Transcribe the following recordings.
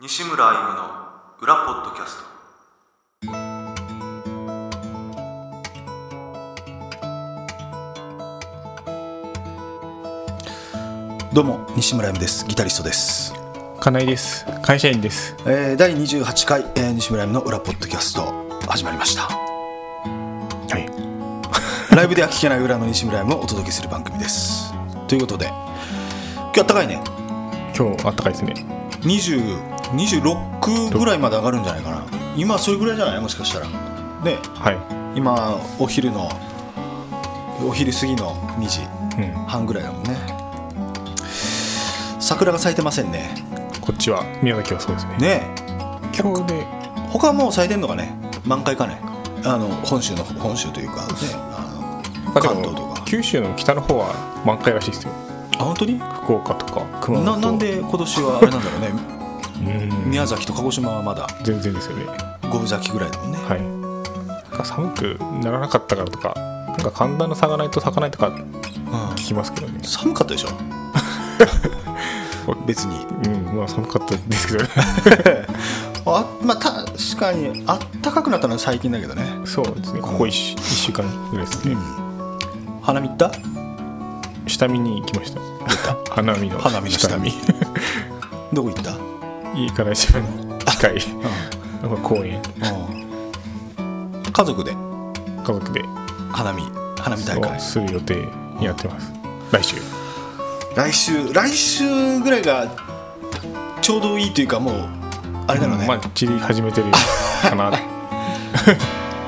西村歩夢の裏ポッドキャストどうも西村 M ですギタリストです、金井です会社員ですえー、第28回、えー、西村 M の裏ポッドキャスト始まりましたはい ライブでは聞けない裏の西村 M をお届けする番組ですということで今日あったかいね今日あったかいですね20 26ぐらいまで上がるんじゃないかな今それぐらいじゃないもしかしたらねは今お昼のお昼過ぎの2時い、うん、半ぐらいだもんね桜が咲いてませんねこっちは宮崎はそうですねねえ今日で他はもう咲いてんのかね満開かねあの本州の本州というか、ね、あのあで関東ともか九州の北の方は満開らしいですよあ本当に福岡とか熊本ななんで今年はあれなんだろうねうん宮崎と鹿児島はまだ全然ですよね五分咲きぐらいだもんねはいなんか寒くならなかったからとかなんか寒暖の差がないと咲かないとかうん聞きますけどね寒かったでしょ 別にうんまあ寒かったですけどね あまあ確かにあったかくなったのは最近だけどねそうですねここ 1, 週間ぐらいですね、花見行った下見に行きました花見の花見の下見どこ行ったいいから一番 近いなんか公園 うんうん家族で家族で花見花見大会をする予定にやってます来週来週来週ぐらいがちょうどいいというかもうあれだろうね、まあ散り始めてるかな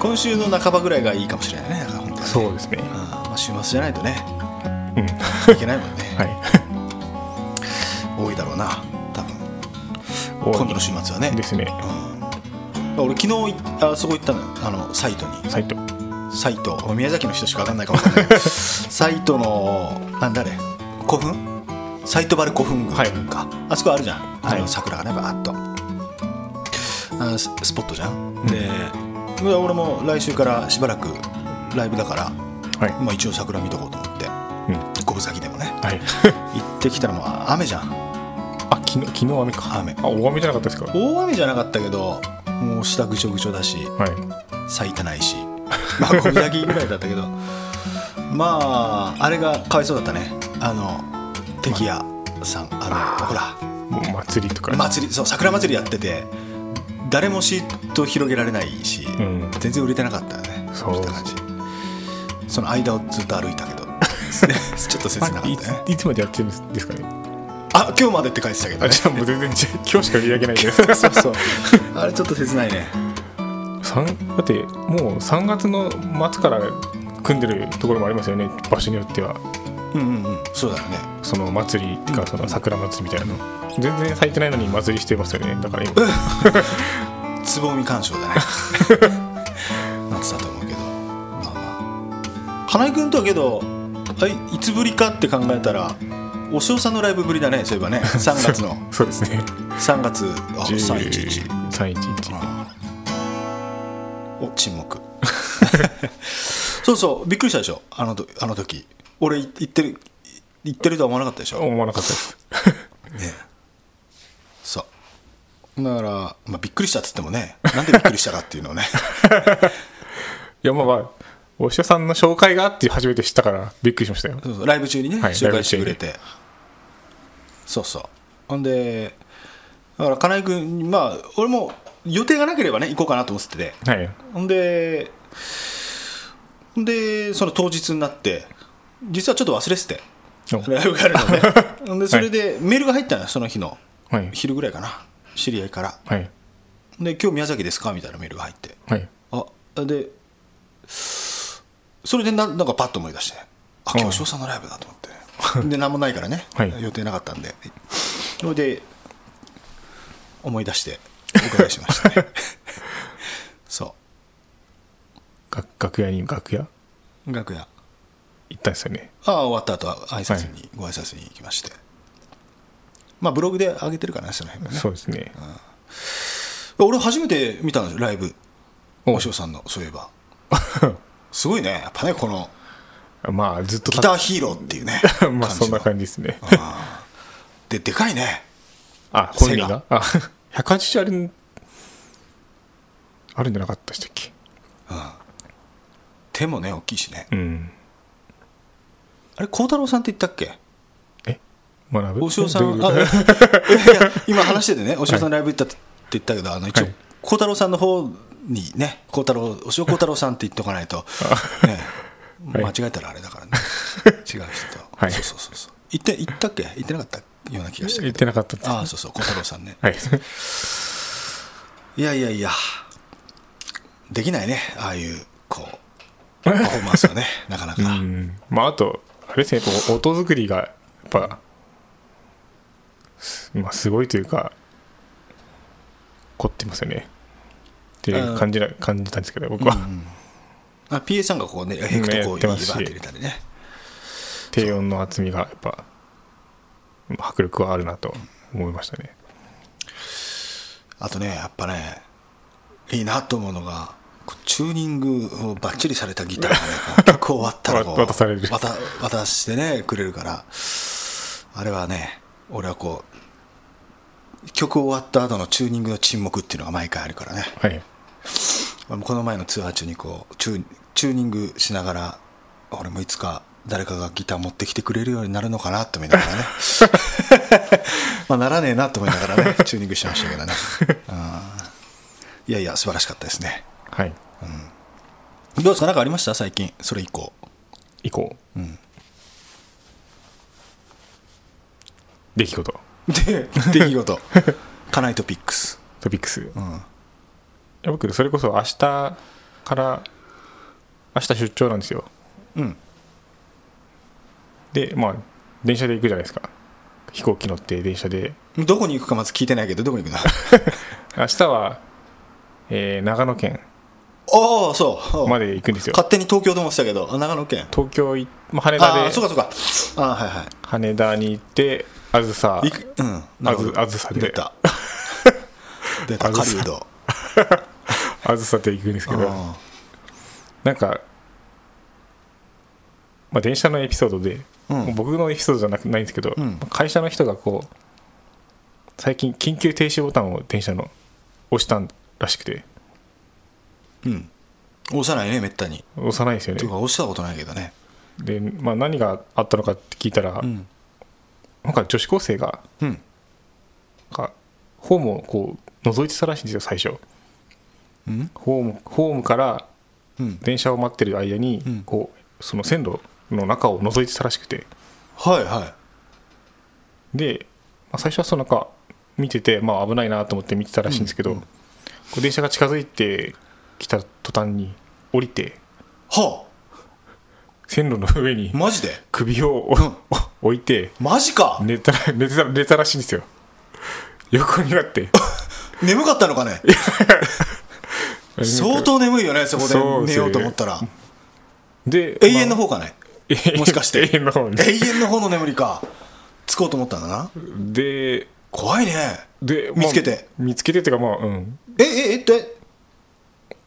今週の半ばぐらいがいいかもしれないねだから本当はねそうですねうんまあ、週末じゃないとねうんいけないもんね、はい多いだろうな多分多今い度の週末はねですねうん俺昨日いあそこ行ったのよあのサイトにサイトサイト宮崎の人しか分かんないかもしれない サイトのなんだあれ古墳サイトバル古墳群か、はいあそこあるじゃん、あのはい桜がねバーっとあススポットじゃん、でうわ俺も来週からしばらくライブだから、はいまあ、一応桜見とこうと思ってうん5分先でもねはい 行ってきたらもうあ雨じゃんあ昨日昨日雨か雨あ大雨じゃなかったですか大雨じゃなかったけどもう下ぐちょぐちょだしは咲いてないし まあ小開きぐらいだったけどまああれがかわいそうだったねあの敵屋さんあのほらいもう祭りとか祭りそう桜祭りやってて誰もシート広げられないし、うん全然売れてなかったよねそう見た感じその間をずっと歩いた けどちょっと切なかっあたいねついつまでやってるんですかねあ今日までって書いてたけどあねじゃあもう全然じゃ あ今日しか売り上げないです そうそうあれちょっと切ないねさんだってもう3月の末から組んでるところもありますよね場所によってはうんうんうんそうだよねその祭りっていうかその桜祭りみたいなの全然咲いてないのに祭りしてますよねだから今つぼみ鑑賞だね夏だと思うけどまあまあ花井君とはけどあいいつぶりかって考えたらお嬢さんのライブぶりだねそういえばね3月のそうですね3月あ3一1 311お沈黙そうそうびっくりしたでしょあのとあの時俺い言ってる言ってるとは思わなかったでしょ、思わなかったですねそうだから、まあ、びっくりしたっつってもねなんでびっくりしたかっていうのをねいやまあまあお医者さんの紹介があって初めて知ったからびっくりしましたよそうそうライブ中にね、はい紹介してくれてそうそうほんでだから金井君まあ俺も予定がなければね行こうかなと思っててはいほんでほんでその当日になって実はちょっと忘れてておライブがあるので ほんでそれでメールが入ったのよその日のはい昼ぐらいかな知り合いからはいで今日宮崎ですかみたいなメールが入ってはいあでそれでななんかパッと思い出してあ今日翔さんのライブだと思ってで何もないからね、はい予定なかったんでそれで思い出してお伺いしました ねそが楽屋に楽屋う楽屋行ったんですよねああ終わった後挨拶に、ご挨拶に行きましてまあブログで上げてるからねその辺もねそうですね俺初めて見たんですよライブおおしさんのそういえばすごいねやっぱねこのまあずっとギターヒーローっていう ねまあそんな感じの感じですねででかいねあ本人があ 1 180あるあるんじゃなかったでしたっけ手もね大きいしねうんあれ孝太郎さんって言ったっけえ学ぶお塩さんどういうこあといやいや今話しててねお塩さんライブ行ったって言ったけどあの一応はい孝太郎さんの方にね孝太郎お塩孝太郎さんって言っておか ないと、ね、はい間違えたらあれだから ね違う人と、はいそうそうそうそう言って言ったっけ言ってなかったような気がしたけ言っどてなかったですああそうそう孝太郎さんねはい いやいやいやできないねああいうこ うパフォーマンスはねなかなか、うんまああとあれですねやっぱ音作りがやっぱすまあすごいというか凝ってますよねっていう感じな感じたんですけど僕は、あ PA さんがこうねヘクとこういやってれまばすし当てれたりね低音の厚みがやっぱ迫力はあるなと思いましたね、あとねやっぱねいいなと思うのがこうチューニングをバッチリされたギター がねこう曲終わったらこう渡される渡渡してねくれるからあれはね俺はこう曲終わった後のチューニングの沈黙っていうのが毎回あるからねはいまあこの前のツアー中にこうチューチューニングしながら俺もいつか誰かがギター持ってきてくれるようになるのかなと思いながらね まあならねえなと思いながらね チューニングしましたけどね、うんいやいや素晴らしかったですねはいどうですか何かありました最近それ以降以降、出来事で出来事カナイトピックストピックス、いんや僕それこそ明日から明日出張なんですようんでまあ電車で行くじゃないですか飛行機乗って電車でどこに行くかまず聞いてないけどどこに行くの明日は、えー長野県 ああそううんまで行くんですよ勝手に東京と思ってたけどあ長野県東京い、まあ、羽ああ田そうでかそうかああはいはい羽田に行ってあずさいくうん、なあるほずどあずさ出で た出たあず狩さ 人あずさで行くんですけどあなんか、まあ、電車のエピソードで、うんもう僕のエピソードじゃなくないんですけど、うん会社の人がこう最近緊急停止ボタンを電車の押したらしくてうん押さないねめったに押さないですよていうねか押したことないけどねで、まあ、何があったのかって聞いたら、うんなんか女子高生がうんなんかホームをこう覗いてたらしいんですよ最初うんホームホームからうん電車を待ってる間に、うんこうその線路の中を覗いてたらしくてはいはで、まあ、最初はそのなんか見てて、まあ、危ないなと思って見てたらしいんですけど、こう電車が近づいてきた途端に降りていは線路の上にあマジで首を、置いてマジか、寝たら寝てた寝てたらしいんですよ横になって眠かったのかね 相当眠いよねそこでそう寝ですねようと思ったらで永遠のま方かねあもしかして永遠の方に永遠の方の眠りかつこうと思ったんだなで怖いねで、見つけてまあ見つけてっていうかまあうんえええって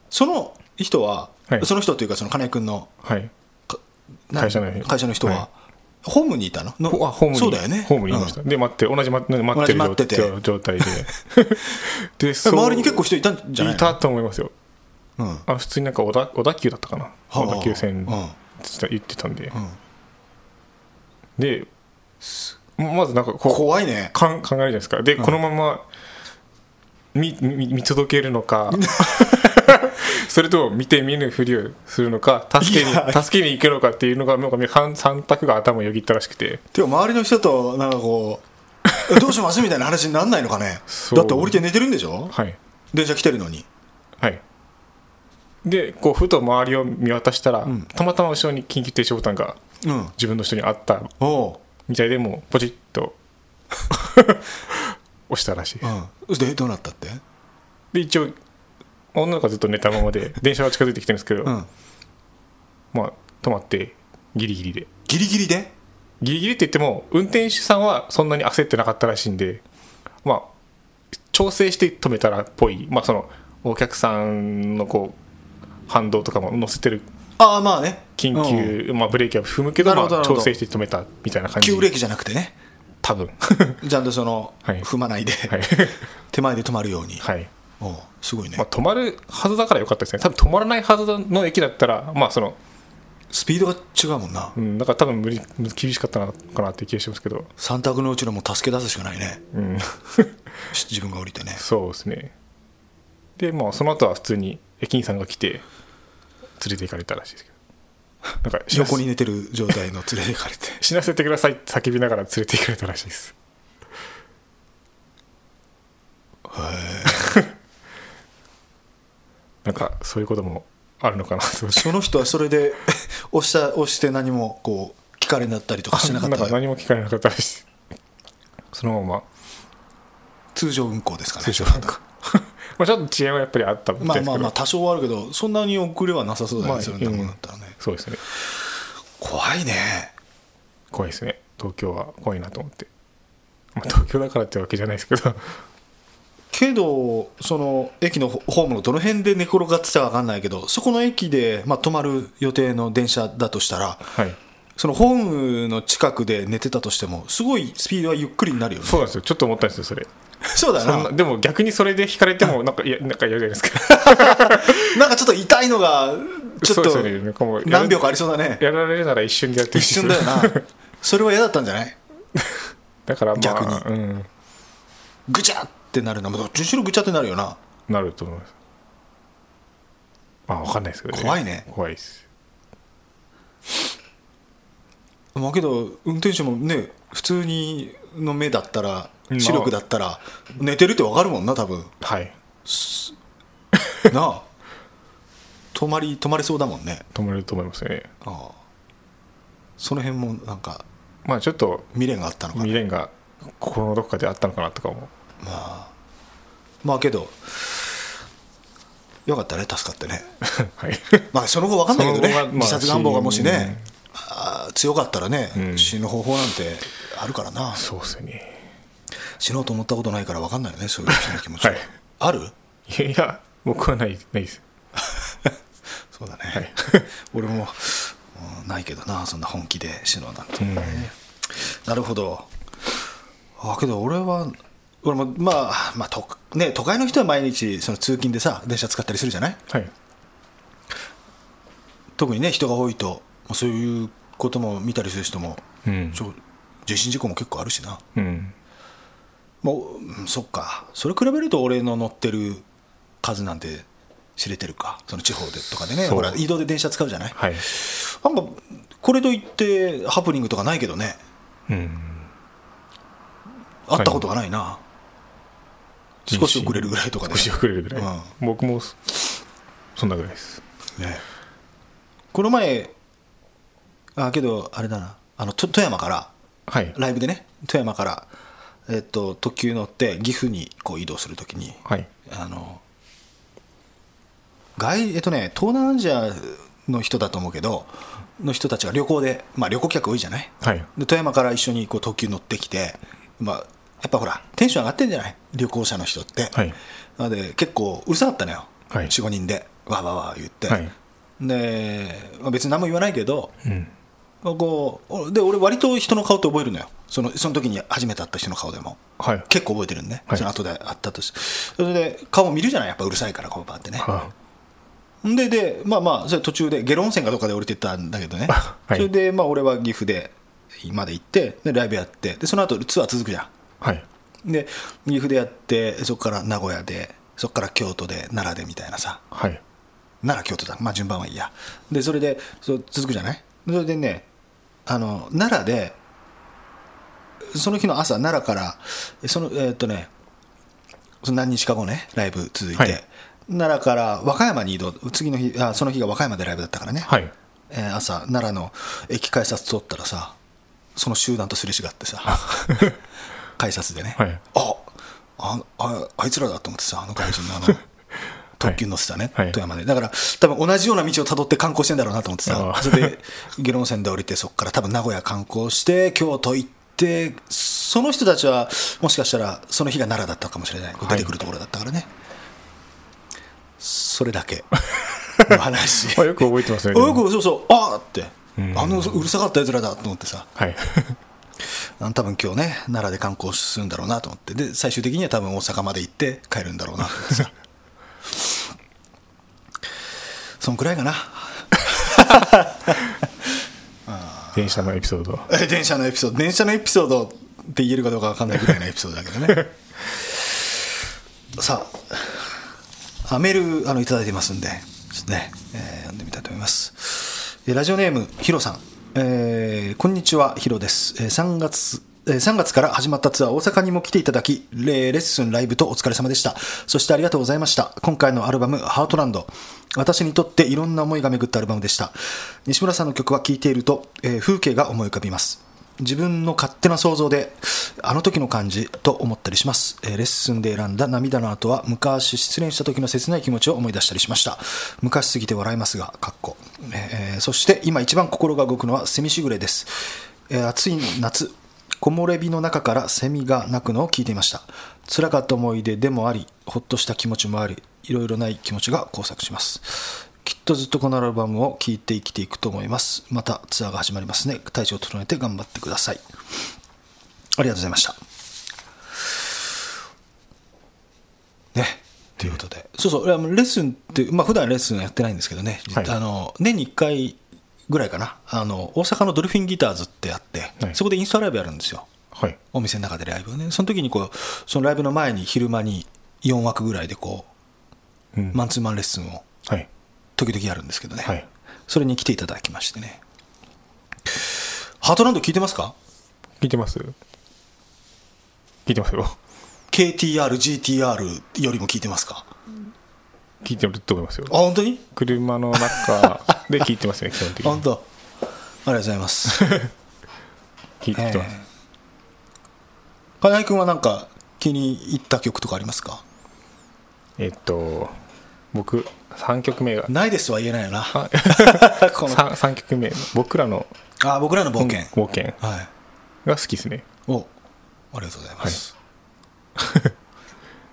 その人は、はいその人というかその金井君のはいな会社の人会社の人は、はいホームにいたののほあホームにそうだよねホームにいました、で待って同じ待って待ってる同じ待ってて状状 態ででうそんう周りに結構人いたんじゃないいたと思いますようんはあ普通になんか小田小田急だったかなあ小田急線うんつった言ってたんで、んですまずなんかこう怖いねかん考えるじゃないですかで、このまま見見見届けるのか それとも見て見ぬふりをするのか助けにいや助けに行くのかっていうのがなんか 3, 三択が頭をよぎったらしくててか周りの人となんかこう えどうしますみたいな話になんないのかねそうだって降りて寝てるんでしょはい電車来てるのにはいでこうふと周りを見渡したら、たまたま後ろに緊急停止ボタンがうん自分の人にあったおうみたいでもうポチッと 押したらしいですうんでどうなったってで一応女の子はずっと寝たまま で電車は近づいてきてるんですけど、うんまあ止まってギリギリでギリギリでギリギリって言っても運転手さんはそんなに焦ってなかったらしいんでまあ調整して止めたらっぽいまあそのお客さんのこう反動とかも乗せてるああまあね緊うん急、まあ、ブレーキは踏むけどなるほどまあ、なるほ調ど整して止めたみたいな感 じ急ブレーキじゃなくてね多分ちゃんとそのはい踏まないではい手前で止まるように、はいおうすごいね、まあ、止まるはずだからよかったですね多分止まらないはずの駅だったらまあそのスピードが違うもんな、うんだから多分無理厳しかったのかなっていう気がしますけど三択のうちのもう助け出すしかないねうんし自分が降りてねそうですねでまあその後は普通に駅員さんが来て連れて行かれたらしいですけど なんか死な せ横に寝てる状態の連れて行かれ て死なせてくださいって叫びながら連れて行かれたらしいですへえんかそういうこともあるのかなと思ってその人はそれで 押した押して何もこう聞かれになったりとかしなかっんかた何も聞か れなかったらしいそのまま通常運行ですかね通常なんか まあちょっと遅延はやっぱりあったみまたあいですけどまあまあ多少はあるけどそんなに遅れはなさそうだよね、それなくなったらねうんそうですね怖いね怖いですね東京は怖いなと思って、まあ、東京だからってわけじゃないですけど けどその駅のホホームのどの辺で寝転がってたか分かんないけどそこの駅で、まあ、止まる予定の電車だとしたらはいそのホームの近くで寝てたとしてもすごいスピードはゆっくりになるよねそうなんですよちょっと思ったんですよそれそうだよそんななでも逆にそれで引かれてもなんかいやなんか嫌じゃないですかなんかちょっと痛いのが ちょっとそうですよねなんかもうやら何秒かありそうだねやられるなら一 瞬でやって一ほしいで瞬すだよなそれは嫌だったんじゃないだからまあ逆うん、ぐちゃってなるなどっちにしろぐちゃってなるよななると思いますまあわかんないですけどね怖いね怖いですまあけど運転手もね普通にの目だったらうん視力だったら寝てるって分かるもんな多 分はいなあ止まり止まれそうだもんね止まれると思いますねああその辺もなんかまあちょっと未練があったのかな未練が心のどこかであったのかなとかも まあけどよかったね助かってねはいまあその後分かんないけどねその後はまあ自殺願望がもしね死ああ強かったらね、うん死ぬ方法なんてあるからなそうですよね死のうと思ったことないから分かんないよねそういう人の気持ちはいあるいやいや僕はないないですそうだね、はい 俺もうんないけどなそんな本気で死のうなんて、んなるほどあけど俺は俺もまあ、まあとね、都会の人は毎日その通勤でさ電車使ったりするじゃないはい特にね人が多いともうそういうことも見たりする人も、うんちょ人身事故も結構あるしなうんまあ、うんそっかそれ比べると俺の乗ってる数なんて知れてるかその地方でとかでねそうほら移動で電車使うじゃないはいなんかこれといってハプニングとかないけどねうん会ったことがないな、少し遅れるぐらいとかね少し遅れるぐらい、うん僕もそそんなぐらいですねこの前あけどあれだなあのと富山からはいライブでね富山から、えっと特急乗って岐阜にこう移動するときにはいあの外えっとね東南アジアの人だと思うけどの人たちが旅行で、まあ、旅行客多いじゃないはいで富山から一緒にこう特急乗ってきて、まあ、やっぱほらテンション上がってんじゃない旅行者の人って、はいなので結構うるさかったのよ、はい45人でわーわーわー言って、はいでまあ別に何も言わないけどうんこうで俺割と人の顔って覚えるのよそのその時に初めて会った人の顔でも。はい結構覚えてるんで、ねはいその後であったとしてそれで顔見るじゃないやっぱうるさいからこうバーってねはででまあまあそれ途中で下呂温泉かどっかで降りてったんだけどね、 はいそれでまあ俺は岐阜でまで行ってでライブやってでその後ツアー続くじゃはいんで岐阜でやってそこから名古屋でそこから京都で奈良でみたいなさはい奈良京都だまあ順番はいいやでそれでそう続くじゃないそれでねあの奈良でその日の朝奈良からそのえーっとねその何日か後ねライブ続いて、はい奈良から和歌山に移動次の日あその日が和歌山でライブだったからね、はいえー朝奈良の駅改札通ったらさその集団とすれ違って さ改札でね、はいああああいつらだと思ってさあの外人のあの特急乗せたね、はい富山でだから多分同じような道をたどって観光してんだろうなと思ってさあーそれで 下呂温泉で降りてそこから多分名古屋観光して京都行ってその人たちはもしかしたらその日が奈良だったかもしれないこう出てくるところだったからね、それだ けの話まあよく覚えてます あねでもよくそうそうあーってあのうるさかったやつらだと思ってさはいあの多分今日ね奈良で観光するんだろうなと思ってで最終的には多分大阪まで行って帰るんだろうなと思ってさ そんくらいかな 電車のエピソードえ電車のエピソード電車のエピソードって言えるかどうか分かんないぐらいのエピソードだけどねさああメールあのいただいてますんでちょっとね、えー読んでみたいと思いますえーラジオネームヒロさん、えーこんにちはヒロです、えー3月えー3月から始まったツアー大阪にも来ていただきレレッスンライブとお疲れ様でしたそしてありがとうございました今回のアルバム「ハートランド」私にとっていろんな思いが巡ったアルバムでした西村さんの曲は聴いていると、えー風景が思い浮かびます自分の勝手な想像であの時の感じと思ったりします、えーレッスンで選んだ涙の後は昔失恋した時の切ない気持ちを思い出したりしました昔すぎて笑いますがかっこ、えーそして今一番心が動くのはセミしぐれです、えー暑い夏木漏れ日の中からセミが鳴くのを聞いていました辛かった思い出でもありほっとした気持ちもありいろいろない気持ちが交錯しますきっとずっとこのアルバムを聴いて生きていくと思いますまたツアーが始まりますね体調を整えて頑張ってくださいありがとうございましたねということでそうそうあのレッスンってまあ普段レッスンやってないんですけどね、はいあの年に1回ぐらいかなあの大阪のドルフィンギターズってあって、はいそこでインスタライブやるんですよはいお店の中でライブをねその時にこうそのライブの前に昼間に4枠ぐらいでこううんマンツーマンレッスンをはい時々やるんですけどね、はいそれに来ていただきましてねハートランド聞いてますか聞いてます聞いてますよ KTRGTR よりも聞いてますか聞いてると思いますよあ本当に車の中で聞いてますね基本的本 に当ありがとうございます聞いてます、金井君はなんか気に入った曲とかありますかえっと僕3曲目がないですは言えないよなあ この三三曲目僕らのあ僕らの冒険、冒険はいが好きですねおありがとうございます、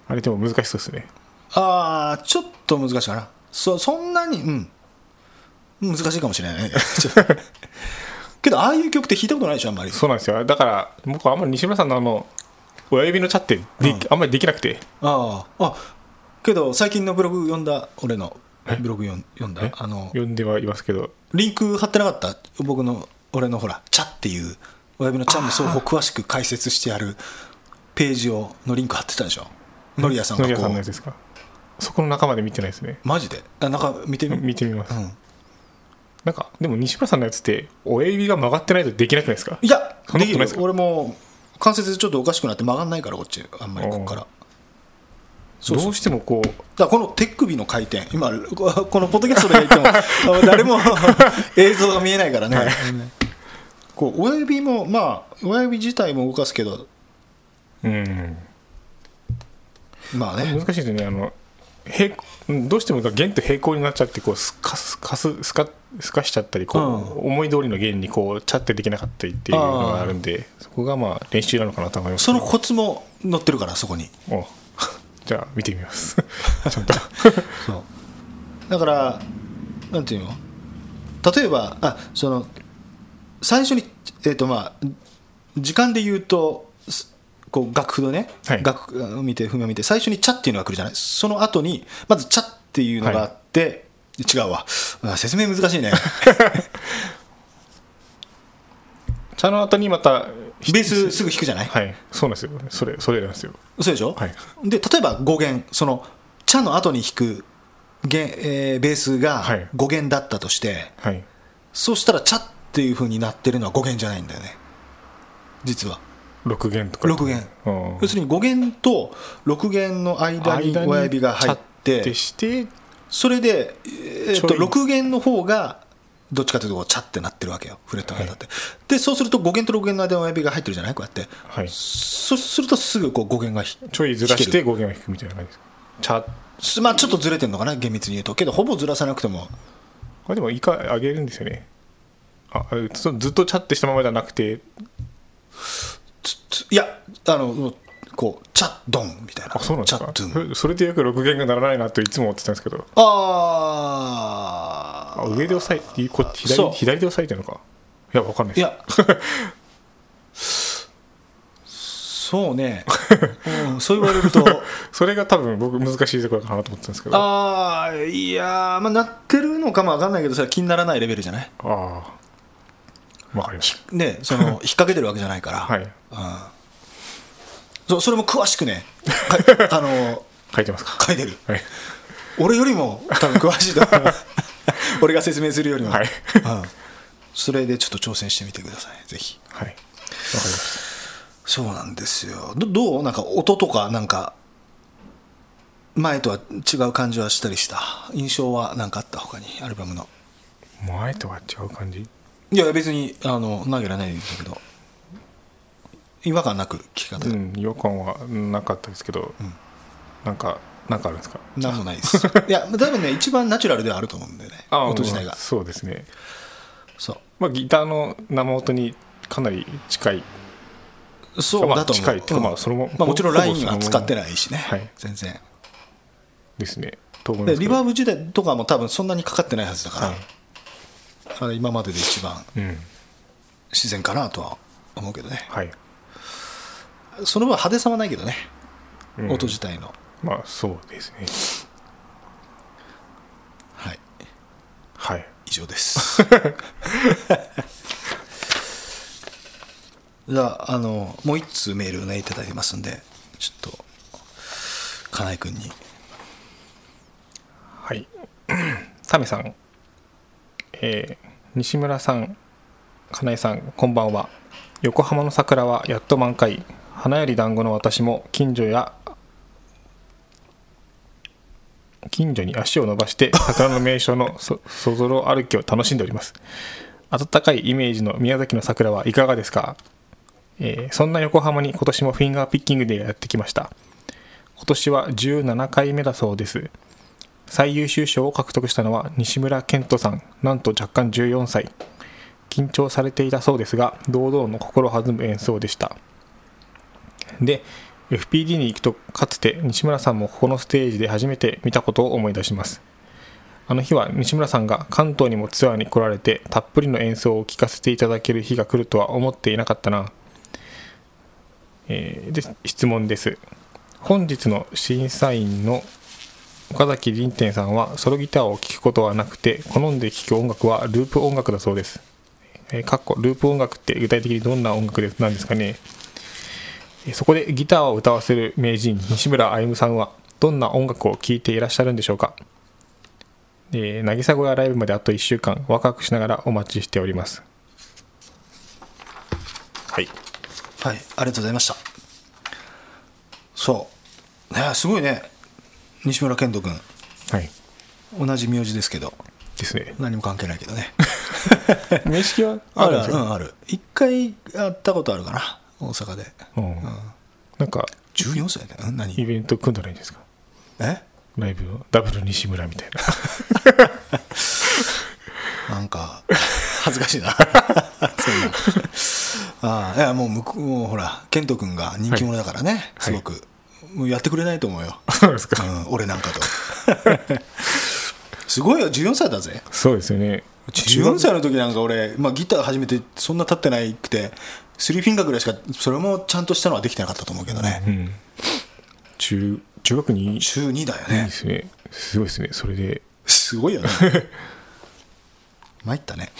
あれでも難しそうですねああちょっと難しいかなそそんなにうん難しいかもしれないね ちょっとけどああいう曲って弾いたことないでしょあんまりそうなんですよだから僕はあんまり西村さんのあの親指のチャってであんまりできなくてあああけど最近のブログ読んだ俺のブログ読ん読んだえあの読んではいますけどリンク貼ってなかった僕の俺のほら「チャ」っていう親指の「チャ」の奏法を詳しく解説してあるページをのリンク貼ってたでしょノリヤさん野が際こさんのやつうですかそこの中まで見てないですねマジであなんか見てみ見てみます、うんなんかでも西村さんのやつって親指が曲がってないとできなくないですかいやそんでなこときるなよいですか俺も関節ちょっとおかしくなって曲がんないからこっちあんまりこっからおだそうそうどうしてもこうからこの手首の回転今ここのポッドキャストで言っ てもあ誰も映像が見えないからね、こう親指もまあ親指自体も動かすけどうんまあね難しいですよねあの平行うんどうしても弦と平行になっちゃってこうすかすかすすかすかしちゃったりこう、思い通りの弦にこうチャってできなかったりっていうのがあるんでそこがまあ練習なのかなと思いますそのコツも載ってるからそこにお じゃあ見てみます ちゃんとそうだからなんていうの例えばあその最初にえっ、とまあ時間で言うとすこう楽譜のね、はい楽譜を見て譜面を見て最初に「チャ」っていうのが来るじゃないその後にまず「チャ」っていうのがあって、違うわあ説明難しい ね茶の後にまたベースすぐ弾くじゃない、はいそうなんですよそれそれなんですよそうでしょ、はいで例えば5弦その「チャ」の後に弾く弦、えーベースがはい5弦だったとして、はいそうしたら、チャっていう風になってるのは5弦じゃないんだよね。実は。 6弦とか6弦。うん要するに5弦と6弦の間に親指が入っチャってて、してそれで、えーっと、ちょい6弦の方が、どっちかというとこう、チャってなってるわけよ。フレットの間って。で、そうすると5弦と6弦の間に親指が入ってるじゃないこうやって。はいそうするとすぐこう5弦がひちょいずらして5弦を弾くみたいな感じですチャすまあちょっとずれてるのかな厳密に言うとけどほぼずらさなくてもこれでも一回上げるんですよねあえずずっとチャってしたままじゃなくてついやあのもうこうチャッドンみたいなあそうなんですチャかッドゥンそそれでよく6弦がならないなといつも思ってたんですけどあああ上で押さえてこっちそう左左で押さえてるのかいやわかんないいですやそうね、うん、そう言われると それが多分僕難しいところかなと思ってたんですけどあああいやーまあなってるのかもわかんないけどそれは気にならないレベルじゃないあーわかりましね その引っ掛けてるわけじゃないから、たはいそそれも詳しくねかあの書いてますか書いてるはい俺よりも多分詳しいと 思う俺が説明するよりも、はいうん、それでちょっと挑戦してみてくださいぜひはいわかりましそうなんですよどどうなんか音とかなんか前とは違う感じはしたりした印象は何かあった他にアルバムのた前とは違う感じいや別にあの投げられないんだけど違和感なく聴き方、うん違和感はなかったですけど、なんかなんかあるんですかなんもないですいや多分ね一番ナチュラルではあると思うんだよねあー音自体まがあそうですねそまあギターの生音にかなり近いうそうだと思う、まあ近いっていうかまあそのまままあ、もちろんほぼラインは使ってないしね、そのままはい全然ですねと思いまですけリどバーブ自体とかも多分そんなにかかってないはずだから、はいあれ今までで一番うん自然かなとは思うけどねはい、その分派手さはないけどね、うん音自体のまあそうですねはいはい以上です じゃああのもう一通メールをねいただいてますんでちょっと金井君にはい。 タメさん、えー西村さん、金井さん、こんばんは。横浜の桜はやっと満開。花より団子の私も近所や近所に足を伸ばして桜の名所のそ そぞろ歩きを楽しんでおります。暖かいイメージの宮崎の桜はいかがですか、えーそんな横浜に今年もフィンガーピッキングデーがやってきました。今年は17回目だそうです。最優秀賞を獲得したのは西村健人さんなんと若干14歳緊張されていたそうですが堂々の心弾む演奏でしたで FPD に行くとかつて西村さんもここのステージで初めて見たことを思い出しますあの日は西村さんが関東にもツアーに来られてたっぷりの演奏を聴かせていただける日が来るとは思っていなかったな、えーで質問です本日の審査員の岡崎凛天さんはソロギターを聴くことはなくて好んで聴く音楽はループ音楽だそうです、えーかっこループ音楽って具体的にどんな音楽でなんですかね、えーそこでギターを歌わせる名人西村歩夢さんはどんな音楽を聴いていらっしゃるんでしょうか、えー、渚小屋ライブまであと1週間ワクワクしながらお待ちしておりますはいはい、ありがとうございました。そう。ね、すごいね。西村健人君。はい同じ名字ですけど、ですね何も関係ないけど ね。名式はあるんあでする、うかん、ある。一回会ったことあるかな、大阪で。うんなんか14歳だよ。うんイ何ベント組んだらいいんですかえライブのダブル西村みたいななん か、恥ずかしいな。そうなああ、いや、もう向こう、もうほら、健人君が人気者だからね、すごく。もうやってくれないと思うよ。そうですかうん、俺なんかと。 すごいよ、14歳だぜ。 そうですよね14歳の時なんか俺、まあ、ギター始めてそんな立ってないくて3フィンガーぐらいしかそれもちゃんとしたのはできてなかったと思うけどね、うん中中学にいい中2だよでねすねすごいですねそれですごいよね参ったね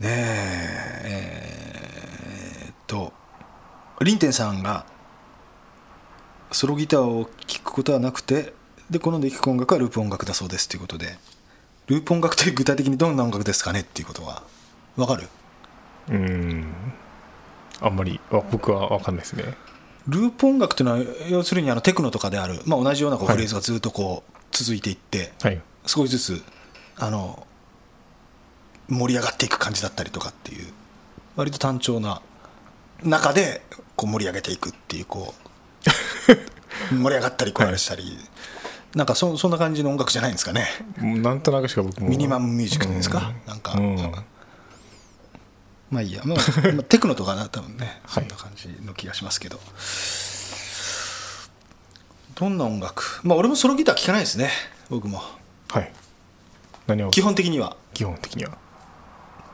ねええーっとりんてんさんがソロギターを聴くことはなくてで好んで聴く音楽はループ音楽だそうですということでループ音楽って具体的にどんな音楽ですかねっていうことはわかるうんあんまりわ僕は分かんないですねループ音楽というのは要するにあのテクノとかである、まあ、同じようなこうはいフレーズがずっとこう続いていって、はい少しずつあの盛り上がっていく感じだったりとかっていう割と単調な中でこう盛り上げていくっていうこ う盛り上がったりこうあれしたり、なんかそそんな感じの音楽じゃないんですかねもうなんとなくしか僕もミニマムミュージックですか、なんか、うんまあいいや、まあ、まあテクノとかな、多分ね、はそいんな感じの気がしますけど、どんな音楽、まあ、俺もソロギター聴かないですね、僕も、はい何を基本的には、基本的には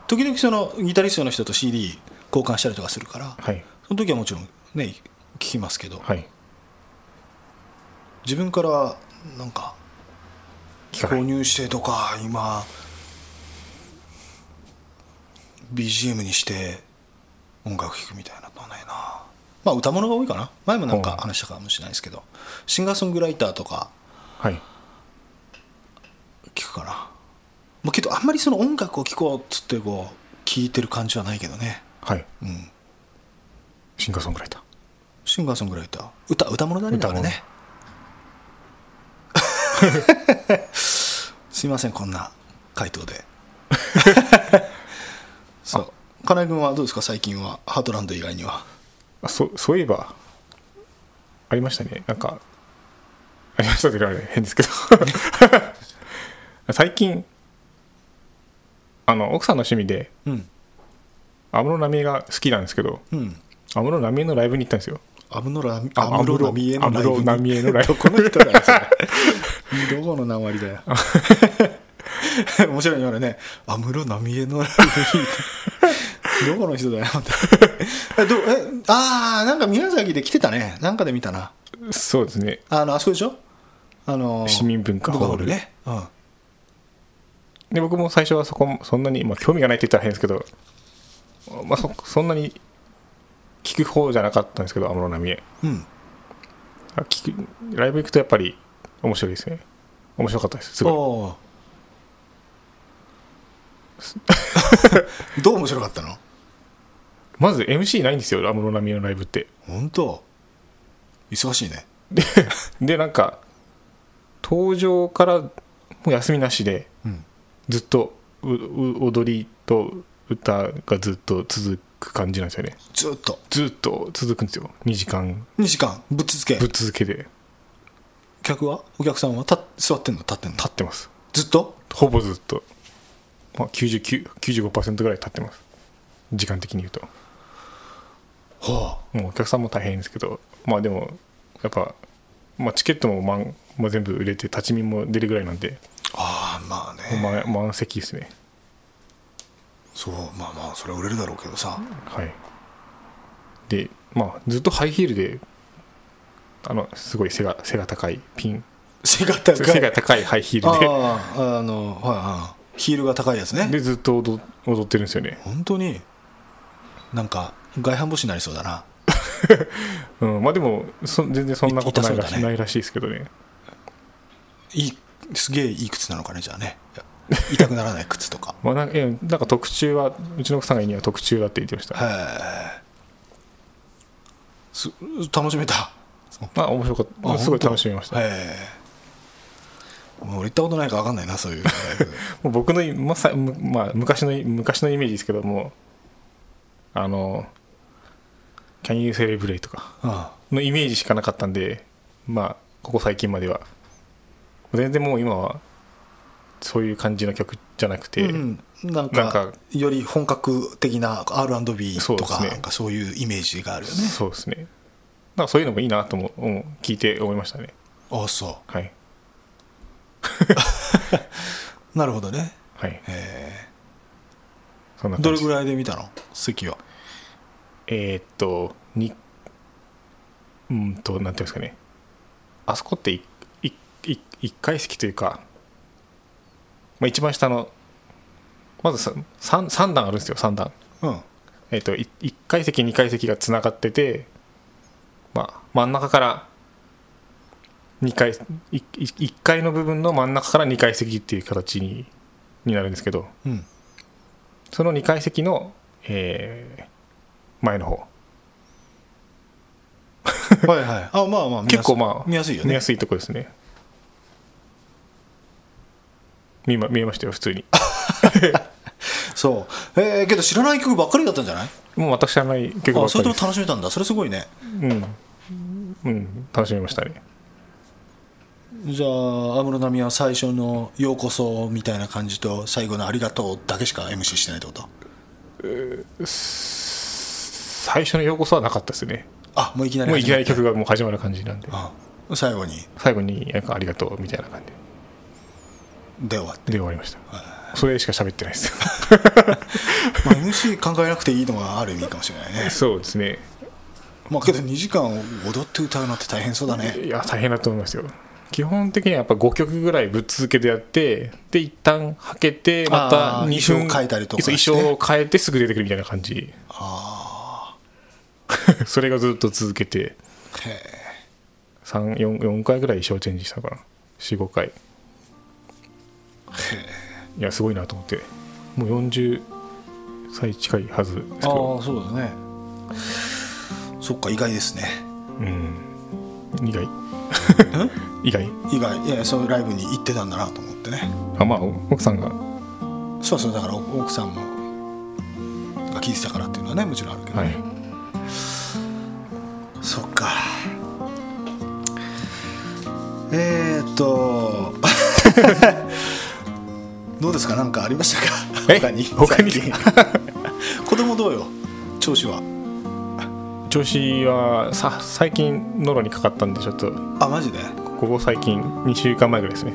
時々そのギタリストの人と CD 交換したりとかするからはいその時はもちろんね聞きますけど、はい自分からなんか聞かな購い入してとか今 BGM にして音楽聴くみたいなのはないなまあ歌物が多いかな前もなんかうん話したかもしれないですけどシンガーソングライターとかはい聞くかなまあけどあんまりその音楽を聴こうっつってこう聴いてる感じはないけどねはいうんシンガーソングライターシンガーソングライター歌歌物だねだか歌物らね すいませんこんな回答でそう金井君はどうですか最近はハートランド以外にはあそそういえばありましたねなんかありましたって言われるの変ですけど 最近あの奥さんの趣味でうん安室奈美恵が好きなんですけどうん安室奈美恵のライブに行ったんですよアムロラミあアムロラミエのライ安室ブ奈に美恵のライブどこの人だよ それどこの名りだよ面白いねあれね安室奈美恵のライブに どこの人だよ本当にえどえああなんか宮崎で来てたねなんかで見たなそうですねあのあそこでしょあの市民文化ホール文ね、うん、あで僕も最初はそこもそんなに、まあ、興味がないって言ったら変ですけど、まあ、そそんなに聞く方じゃなかったんですけど安室奈美恵うんあ聞くライブ行くとやっぱり面白いですね面白かったですすごいお ーどう面白かったのまず MC ないんですよ安室奈美恵のライブって本当忙しいねでなんか登場からもう休みなしで、うんずっとうう踊りと歌がずっと続く感じなんですよねずーっとずっと続くんですよ2時間2時間ぶっ続けぶっ続けで客はお客さんは立っ座ってんの立ってんの立ってますずっとほぼずっと、まあ、99 95%ぐらい経ってます時間的に言うとはもうお客さんも大変ですけどまあでもやっぱ、まあ、チケットも満、まあ、全部売れて立ち見も出るぐらいなんで、ああーまあねまあ満席ですねそうまあまあそれは売れるだろうけどさ はいでまあずっとハイヒールであのすごい背が背が高いピン背が高い背が高いハイヒールであああのはいはいヒールが高いやつねでずっと踊踊ってるんですよね、本当になんか外反母趾になりそうだなうん、まあでもそ全然そんなことないら痛そしうだねないらしいですけどねいいすげえいい靴なのかねじゃあねいや痛くならない靴とか まあ、なんかいやなんか特注はうちの奥さんが言うには特注だって言ってました、へえす楽しめたまあ面白かったあすご本い当楽しみましたへえもう俺行ったことないから分かんないなそういうライブもう僕の、まさむまあ、昔の昔のイメージですけどもあの「Can you celebrate」とかうんのイメージしかなかったんでまあここ最近までは全然もう今はそういう感じの曲じゃなくて、うん、なんかなんかより本格的な R&B そうとですかねなんかそういうイメージがあるよねそうですねなんかそういうのもいいなとも思う聞いて思いましたねあそはい、うなるほどねはい、そんなど感れじぐらいで見たの席はえーっと、に、うんと、なんていうんですかね。あそこっていいい一階席というか、まあ、一番下の、まずさ三三段あるんですよ、三段。うんえーっと、い一階席、二階席がつながってて、まあ、真ん中から、二階、いい一階の部分の真ん中から二階席っていう形にになるんですけど、 うんその2階席の、えー前の方はいはいあまあまあ見やすい結構まあ見やすいよ見ねやすいとこですね見,、ま、見えましたよ普通にそうえー、けど知らない曲ばっかりだったんじゃないもう私知らない曲ばあっそかれりとでも楽すしめたんだそれすごいねうん、うん、楽しみましたねじゃあ安室奈美は最初の「ようこそ」みたいな感じと最後の「ありがとう」だけしか MC してないってこと最初の「ようこそ」はなかったですねあもういきなりもういきなり始曲がもう始まる感じなんでまったあ最後に最後になんか「ありがとう」みたいな感じで終わってで終わりましたそれしか喋ってないです まあ、MC 考えなくていいのがある意味かもしれないねそうですねまあけど2時間踊って歌うのって大変そうだねいや大変だと思いますよ基本的にはやっぱ5曲ぐらいぶっ続けてやってで一旦はけてまたあー2分衣装変えたりとかそうして衣装を変えてすぐ出てくるみたいな感じ それがずっと続けてへ34回ぐらい衣装チェンジしたのかな45回いやすごいなと思ってもう40歳近いはずですけああどそうだねそっか意外ですねうん 意外意外意外いやそういうライブに行ってたんだなと思ってねあまあ奥さんがそうそうだからお奥さんもが聞いてたからっていうのはねもちろんあるけど、はいそっかえー、っと どうですか何かありましたかえ他に他に 最近子供どうよ調子は調子はさ最近ノロにかかったんでちょっとあマジで、ここ最近2週間前ぐらいですね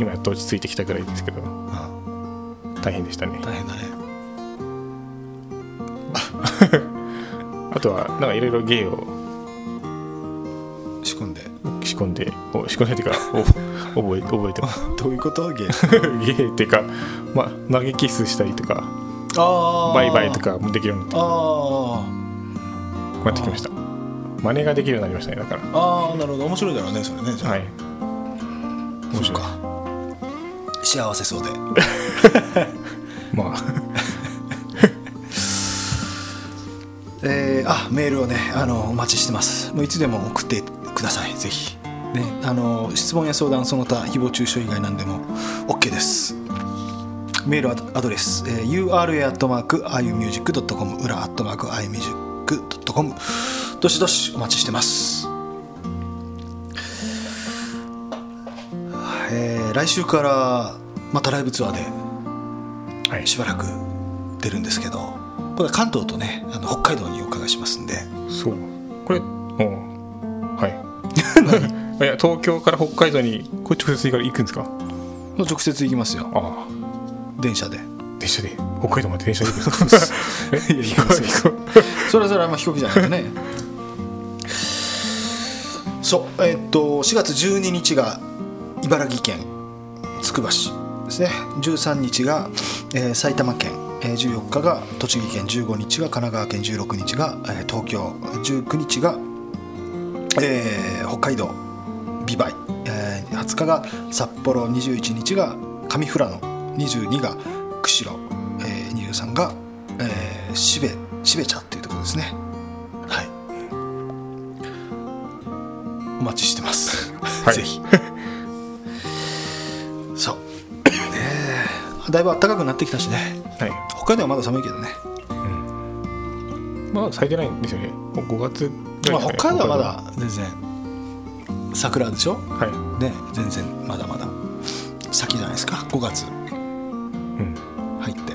今やっと落ち着いてきたぐらいですけどうん大変でしたね大変だねあとはなんかいろいろ芸を仕込んで仕込んでお仕込んでっていう かお覚え覚えてます どういうことゲーム芸っていうかまあ投げキスしたりとか あーバイバイとかもできるようになっあてなってきました真似ができるようになりましたねだからーあーなるほど面白いだろうねそれねじゃあ、はいそ面う白いか幸せそうで まあえーあメールをねあのお待ちしてますもういつでも送ってくださいぜひ、ね、あの質問や相談その他誹謗中傷以外何でも OK ですメールアドアドレス、えー、ura.iumusic.com 裏 .iumusic.com どしどしお待ちしてます、えー来週からまたライブツアーではいしばらく出るんですけどこれは関東とねあの北海道にお伺いしますんでそうこれうんはい いや東京から北海道にこれ直接行くんですかもう直接行きますよああ電車で電車で北海道まで電車で行くんですか え飛行機飛行機それはそれはあんま飛行機じゃないとね そうえっと4月12日が茨城県つくば市ですね13日が、えー埼玉県、えー14日が栃木県15日が神奈川県16日が、えー東京19日が、えー北海道美唄、えー20日が札幌21日が上富良野22が釧路、えー、23が、えー、しべしべ茶っていうところですねはいお待ちしてます、はい ぜひそう、えー、だいぶ暖かくなってきたしねは北海道はまだ寒いけどね、いまだ咲いてないんですよねもう5月ぐまあ、ら北いですかね海道はまだ全然桜でしょ北海道はね全然まだまだ先じゃないですか5月い、うん、入って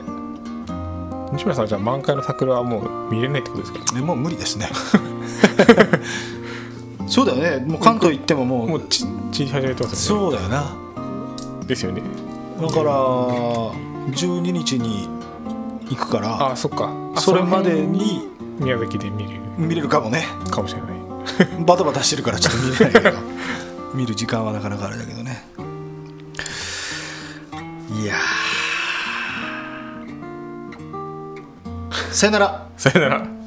西村さんじゃあ満開の桜はもう見れないってことですかえもう無理 ですねそうだよねもう関東行ってももうもうち散り始めてますよそねうだよなですよねだから12日に行くかあらあそっかあそれまでそのに辺宮崎で見れる見れるかもねかもしれないバタバタしてるからちょっと見れないけど 見る時間はなかなかあれだけどねいやーさよならさよなら